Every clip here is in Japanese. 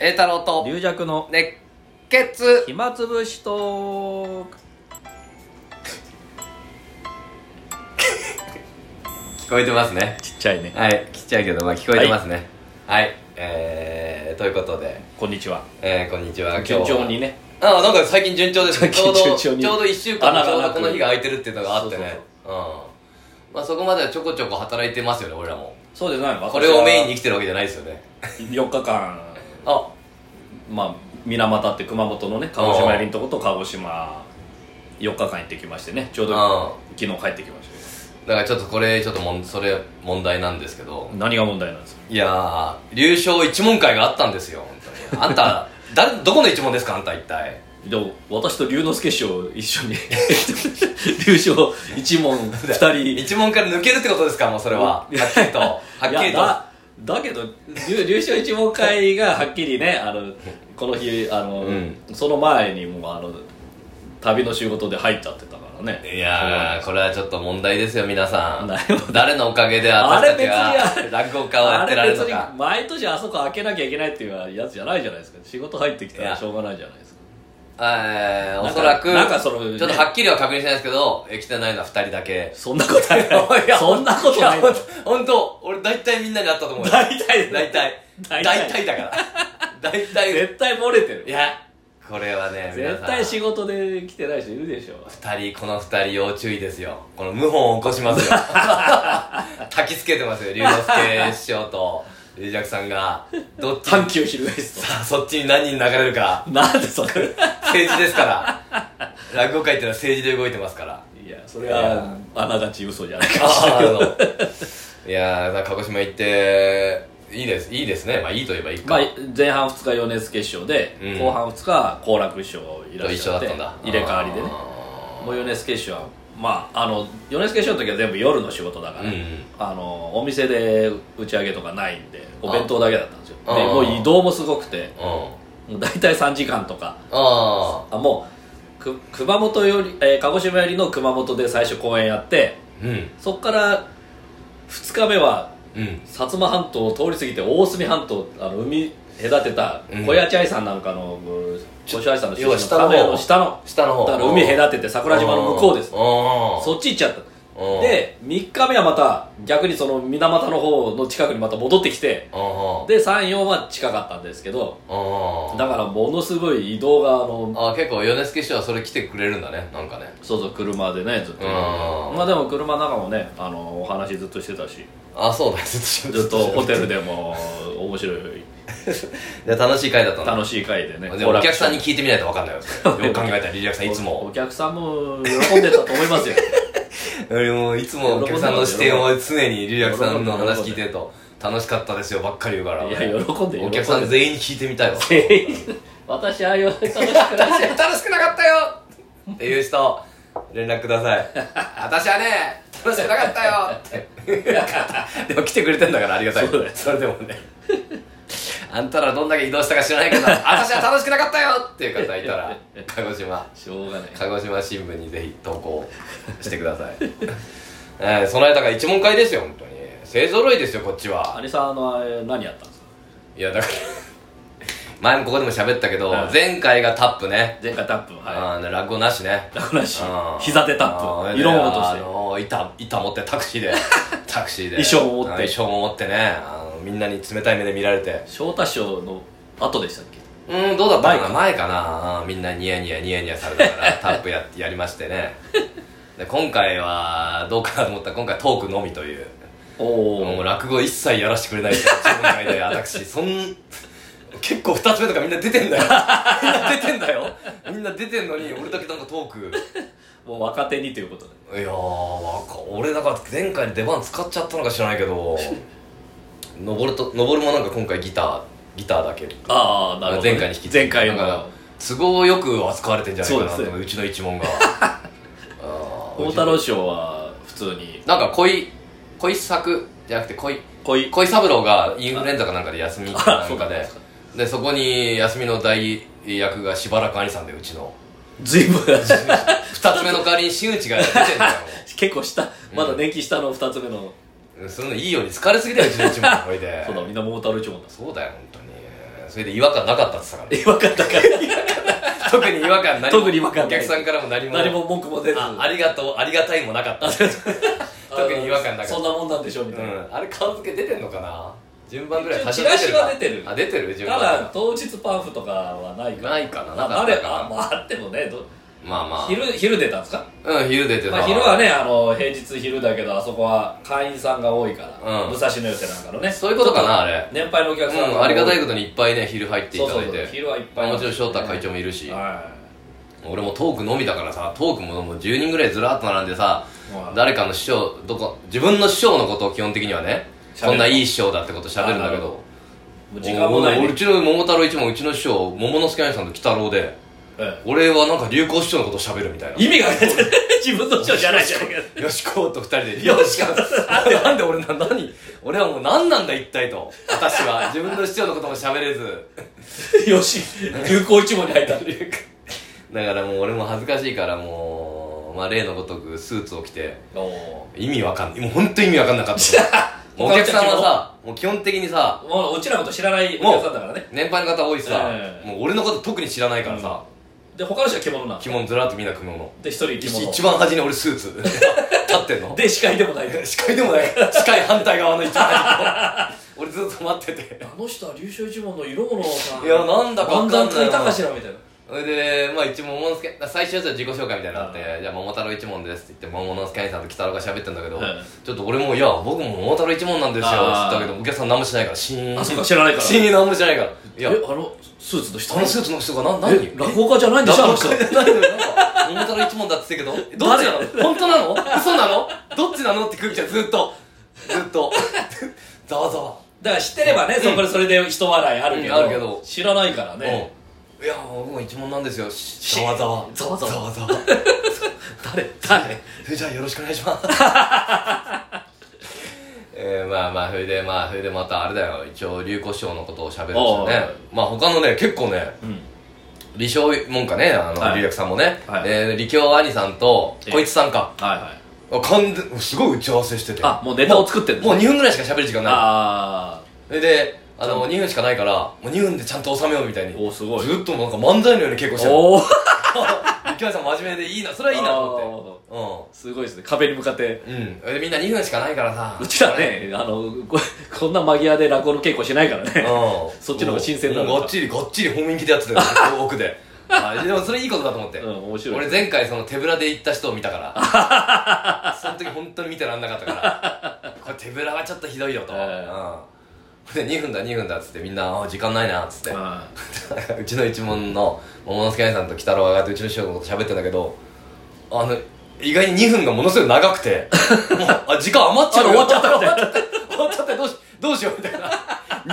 栄太郎と龍弱の熱血暇つぶしトーク聞こえてますねちっちゃいねはいちっちゃいけどまあ聞こえてますねはい、えー、ということで、こんにちはえー、こんにちは今日順は調にねああなんか最近順調ですねちょう最ど近ち 順調にょうど1週間穴ちょがうどなくこの日が空いてるっていうのがあってねそうそううんまあそこまではちょこちょこ働いてますよね俺らもそうですねこれをメインに生きてるわけじゃないですよねに4日間あまあ水俣って熊本のね鹿児島寄りのとこと鹿児島4日間行ってきましてねちょうどう昨日帰ってきましたけだからちょっとこれちょっともんそれ問題なんですけどど何が問題なんですかいやー流暢一問会があったんですよ本当にあんた誰どこの一問ですかあんた一体でも私と龍之介師匠一緒に 龍匠一門二人一問から抜けるってことですかもうそれははっきりとはっきりいとやだだけど流流暢一問会がはっきりねあのこの日あの、うんその前にもうあの旅の仕事で入っちゃってたからねいやーこれはちょっと問題ですよ皆さなるほん誰のおかげであれ私たち別にあがれ落語家をやってられるのあか別に毎年あそこ開けなきゃいけないっていうやつじゃないじゃないですか仕事入ってきたらしょうがないじゃないですかえーなおんかそらくなんかそのねちょっとはっきりは確認してないですけどえ来てないのは2人だけそんなことないいやそんなことないいや本当俺大体みんなに会ったと思うよ大体大体大体大体だから 大体絶対漏れてるいやこれはね皆絶さん対仕事で来てない人いるでしょ二人この二人要注意ですよこの謀反を起こします よ焚きつけてますよ龍之介師匠と龍尺さんがどっち阪に急昼ですさあそっちに何人流れるかとなんでそれ政治ですから落語界ってのは政治で動いてます からいやそれいはやあながち嘘じゃないかもしれあないあのいやー鹿児島行っていいですいいですねまあいいといえばいいか、 まあ、前半2日米津決勝で、うん後半2日好楽師匠いらっと一し緒ゃだっってたんだ入れ替わりでねあもう米津決勝はまああの米津決勝の時は全部夜の仕事だかーら、うんあのお店で打ち上げとかないんでお弁当だけだったんですよでああもう移動もすごくてうんもう大体3時間とかああもうく熊本より、えー鹿児島よりの熊本で最初公演やってーうんそっから2日目はうん薩摩半島を通り過ぎて大隅半島あの海隔てたうん小屋地愛さんなんかのうん小屋地愛さんの要は下の方亀屋の下の下のだ方から海隔てて桜島の向こうですそそっち行っちゃったっで3日目はまた逆にその水俣の方の近くにまた戻ってきてで34は近かったんですけどだからものすごい移動があのあ結構米助師匠はそれ来てくれるんだねなんかねそうそう車でねずっとうんまあでも車の中もねあのお話ずっとしてたしあそうだずずっとホテルでも面白いで楽しい回だったんだ楽しい会でねでもお客さんに来聞いてみないと分かんないよそ れよく考えたらリリアクさんいつおも客さんも喜んでたと思 いますよ俺もいつもお客さんの視点を常にリリアクさんの話聞いてると楽しかったですよばっかり言うからいや喜んで喜んでお客さん全員に聞いてみたいわ全員私ああいう楽しくな楽し楽しくなかったよっていう人連絡ください 私はね楽しくなかったよって でも来てくれてんだからありがたいそうだよそれでもねあんたらどんだけ移動したか知ら ないけど私は楽しくなかったよっていう方いたら鹿児島しょうがない鹿児島新聞にぜひ投稿してください、 えー、その間が一問会ですよ本当に勢ぞろいですよこっちはアリさんあのあれ何やったんですかいやだから 前もここでも喋ったけど、はい前回がタップね前回タップはあーね落語なしねい楽なしうん膝手タッあープ色物としあてのー板板持ってタクシ ーでタクシーで衣装も持ってあー衣装も持ってねあのみんなに冷たい目で見られて翔太師匠の後でしたっけうんどうだったかな前かなあーみんなニヤニヤニヤニヤされた からタップややりましてねで今回はどうかなと思ったら今回トークのみというおもうお落語一切やらせてくれない ですよ自分以外で私そん結構二つ目とかみんな出てんだよみんな出てんだよみんな出てんのに俺だけなんかトークもう若手にということでいやーわか俺だから前回出番使っちゃったのか知らないけ ど登ると登るもなんか今回ギターギターだけああなるほど前回に引き続き前回なんかの都合よく扱われてんじゃないかなそうですう,、うちの一門 があー大太郎師匠は普通になんか恋恋作じゃなくて恋恋恋三郎がインフルエンザかなんかで休みかあなそんうかかででそこに休みの代役がしばらく兄さんでうちの随分二つ目の代わりに真打ちが出てんだよ 結構下まだ年季下の2つ目のうんそんないいように疲れすぎだようちの一門これでそうだみんな桃太郎一門だそうだよ本当にそれで違和感なかったって言って違 和感だからたから 特に違和感何も特に違和感ないお客さんからも何も何も文句も出ずあありがとうありがたいもなかった特に違和感なかったそんなもんなんでしょみたいな、うん、あれ顔付け出てんのかな順番ぐらい一応端折チラシは出てるあ出てる順た番だ当日パンフとかはないからないかなまなあかあっれたかあ,、まあ、あってもねどまあまあ昼昼出たんですか、うん昼出てた、まあ、昼はねあの平日昼だけどあそこは会員さんが多いから、うん武蔵野寄せなんかのねそういうことかなあれ年配のお客さんうん、ありがたいこととにいっぱいね昼入っていそうたそだういそうて昼はいっぱまあいもちろん翔太会長もいるし、は俺もトークのみだからさトークももう10人ぐらいずらっと並んでさいまあ誰かの師匠どこ自分の師匠のことを基本的にはね喋るこんないい師匠だってこと喋るんだけあなるほどもう時間もない俺ねうちの桃太郎一門うちの師匠桃之助兄さんと鬼太郎でえ俺はなんか流行師匠のこと喋るみたいなえ意味がない 自分の人じゃないじゃんよしこと二人で「よしか」なんでなんで俺な何俺はもう何なんだ一体と私は自分の師匠のことも喋れずよし流行一門に入っただからもう俺も恥ずかしいからもう、まあ、例のごとくスーツを着ておお意味わかんないもう本当に意味わかんなかったもうお客さんはさもう基本的にさもううちらのこと知らないお客さんだからね年配の方多いしさ、ええもう俺のこと特に知らないからさ、で他の人は着物なん着物ずらっとみんな着物で一人着物一番端に俺スーツ 立ってん ので司会でもない視界でもない視界反対側の一番 端に俺ずっと待っててあの人は流星一門の色物をさいやなんだかわかんないな漫談書いたかしらみたいなそれで、まあ、一桃之助最初は自己紹介みたいになって「じゃあ桃太郎一門です」って言って桃之助兄さんと鬼太郎が喋ってんだけど、はいちょっと俺も「いや僕も桃太郎一門なんですよ」って言あーったけどお客さん何もしないからシーンあそうか知 らないからシーン何もしないからいいやえあのスーツの人あのスーツの人がな何え落語家じゃないんでだしょあかのらこ人れ何なんか桃太郎一門だって言ってるけどどっちなの本当なの嘘なのどっちなのって空気じゃんずっとずっ とざわざわだから知ってればね、そこでそれで一笑いあるけど,、うんあるけど知らないからね、うんいや僕も一問なんですよしざわざわざわざわわざわ誰誰それじゃあよろしくお願いします えー、まあまあそれでまあそれでまたあれだよ一応流行師匠のことを喋るんですよねまあ他のね結構ねうん李承門かねあの、はい龍薬さんもね、はいえー、李強兄さんとええこいつさんかはいはいあ完全すごい打ち合わせしててあもうネタを作ってるもう2分ぐらいしか喋る時間ないあそれであちゃんのと2分しかないからもう2分でちゃんと収めようみたいにーおすごいずっとなんか漫才のように稽古してるおおゆきまさん真面目でいいなそれはいいなと思っすごいですね壁に向かっててうんうんでみんな2分しかないからさ うちらねあのこ こんな間際で落語の稽古しないからねうんそっちの方が新鮮だなもうがっちりがっちり本気でやってたよ奥 であでもそれいいことだと思って、うん面白い俺前回その手ぶらで行った人を見たから その時本当に見てらんなかったからこれ手ぶらはちょっとひどいよと、えーうんで2分だ2分だっつってみんなあ時間ないなっつってあうちの一門の桃之助兄さんと鬼太郎が上がってうちの師匠のこと喋ってんだけどあの意外に2分がものすごい長くて もうあ時間余っちゃうあ終わっちゃったみたいな終わっちゃ った終わっちゃったどうしどうしようみたいな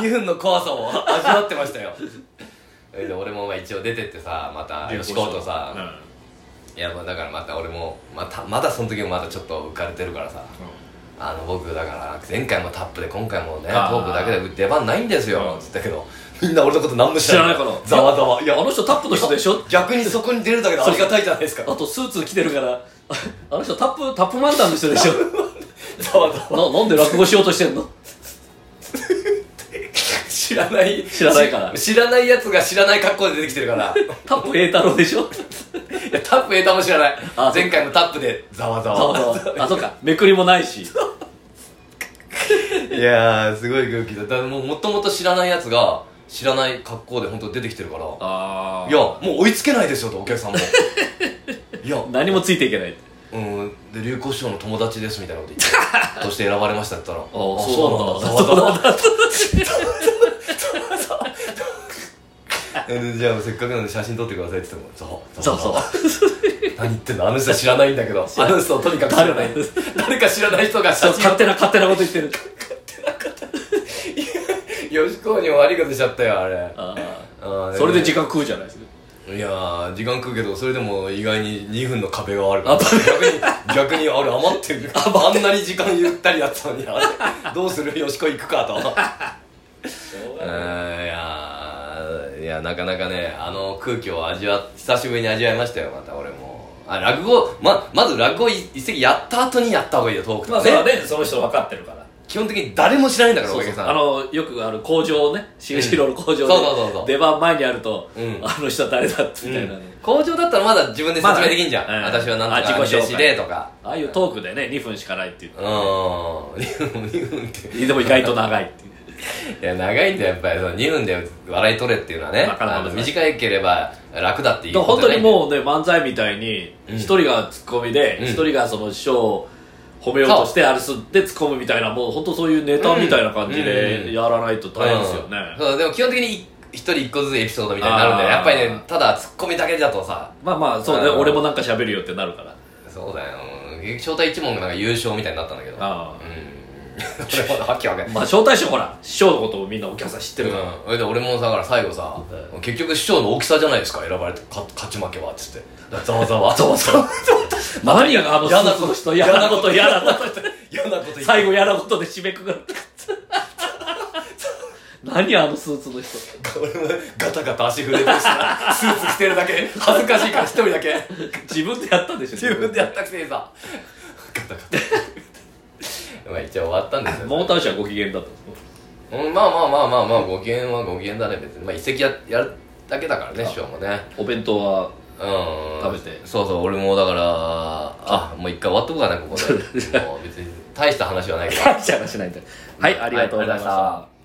2分の怖さを味わってましたよそれで俺もまあ一応出てってさまた吉子とさ、いやまあだからまた俺もまたまだその時もまだちょっと浮かれてるからさあの僕だから前回もタップで今回もねトあーークだけで出番ないんですようっんつったけどみんな俺のこと何も知らない知らないからざわざわいいややあの人タップの人でしょ逆にそこに出るだけでありがたいじゃないですかあとスーツ着てるから ああの人タップタップ漫談の人でしょざわざわななんで落語しようとしてんの知らない知らないからし知らないやつが知らない格好で出てきてるから いタップ栄太郎でしょやタップエータも知らないあ前回もタップでざわざそうわそうあ、そっか。めくりもない し。いやーすごい空気だだからもうもともと知らないやつが知らない格好で本当出てきてるからあいや、もう追いつけないですよとお客さんも いや何もついていけない。うんで流行師匠の友達ですみたいなこと言って として選ばれましたって言ったらああそうなんだそうなんだざわざ わ でじゃあせっかくなんで写真撮ってくださいって言ってもざそわうざそうわ。 何言ってんのあの人は知らないんだけど あの人をとにかく知らない誰誰か知らない人が写真勝手な、勝手なこと言ってる。吉子にも悪いことしちゃったよあれああーーそれで時間食うじゃないですか。いやー時間食うけどそれでも意外に2分の壁があるかあら逆に逆にあれ余ってるあんなに時間ゆったりだったのにあれどうする よしこ行くかとうーんいやーいやなかなかねあの空気を味わ久しぶりに味わいましたよまた俺もあ落語ままず落語一席やった後にやった方がいいよトークとまあ、かそれはねね、その人分かってるから。基本的に誰も知らないんだからそうおかそげさうんあのよくあの工場をね新四郎の工場で、そうそうそうそう出番前にあると、うんあの人は誰だってみたいなね、工場だったらまだ自分で説まだ明ねできんじゃん、うん私はなんとあか自己紹介弟子でとかああいうトークでね2分しかないっていう うーん2分ってでも意外と長いっていういや長いんだよやっぱりその2分で笑い取れっていうのはねなかなかあの難しい短ければ楽だっていうだからこ本とな当いにんだよもうね漫才みたいにうん一人がツッコミでうん一人がその師匠を褒めようとしてあれすってツッコむみたいなもう本当そういうネタみたいな感じうんでやらないと大変ですよね、うんそうでも基本的に一人一個ずつエピソードみたいになるんだよあーやっぱりねただツッコミだけだとさまあまあそうねうん俺もなんか喋るよってなるからそうだよ招待一問がなんか優勝みたいになったんだけどあうんそれ もはっきり分かんないまあ招待師ほら師匠のことをみんなお客さん知ってるから、うん、で俺もだから最後さ、結局師匠の大きさじゃないですか選ばれてか勝ち負けはっつってだからざわざわざわざわ何やあのス嫌なーことツの人 嫌なこと嫌なこと嫌なこと言って最 後嫌なことで締めくくる 何あのスーツの人俺もガタガタ足震えてるしなスーツ着てるだけで恥ずかしいから一人だけ自分でやったんでしょ自分でやったくせにさガタガタ まあ一応終わったんですよモーター師はご機嫌だったんですうんまあまあまあまあまあご機嫌はご機嫌だね別にまあ一席ややるだけだからね師匠もねお弁当はうん食べてそうそう俺もだからあもう一回終わっと こうかなここでもう別に大した話はないけど感謝がしないんだはいありがとうございました、はいありがとうございました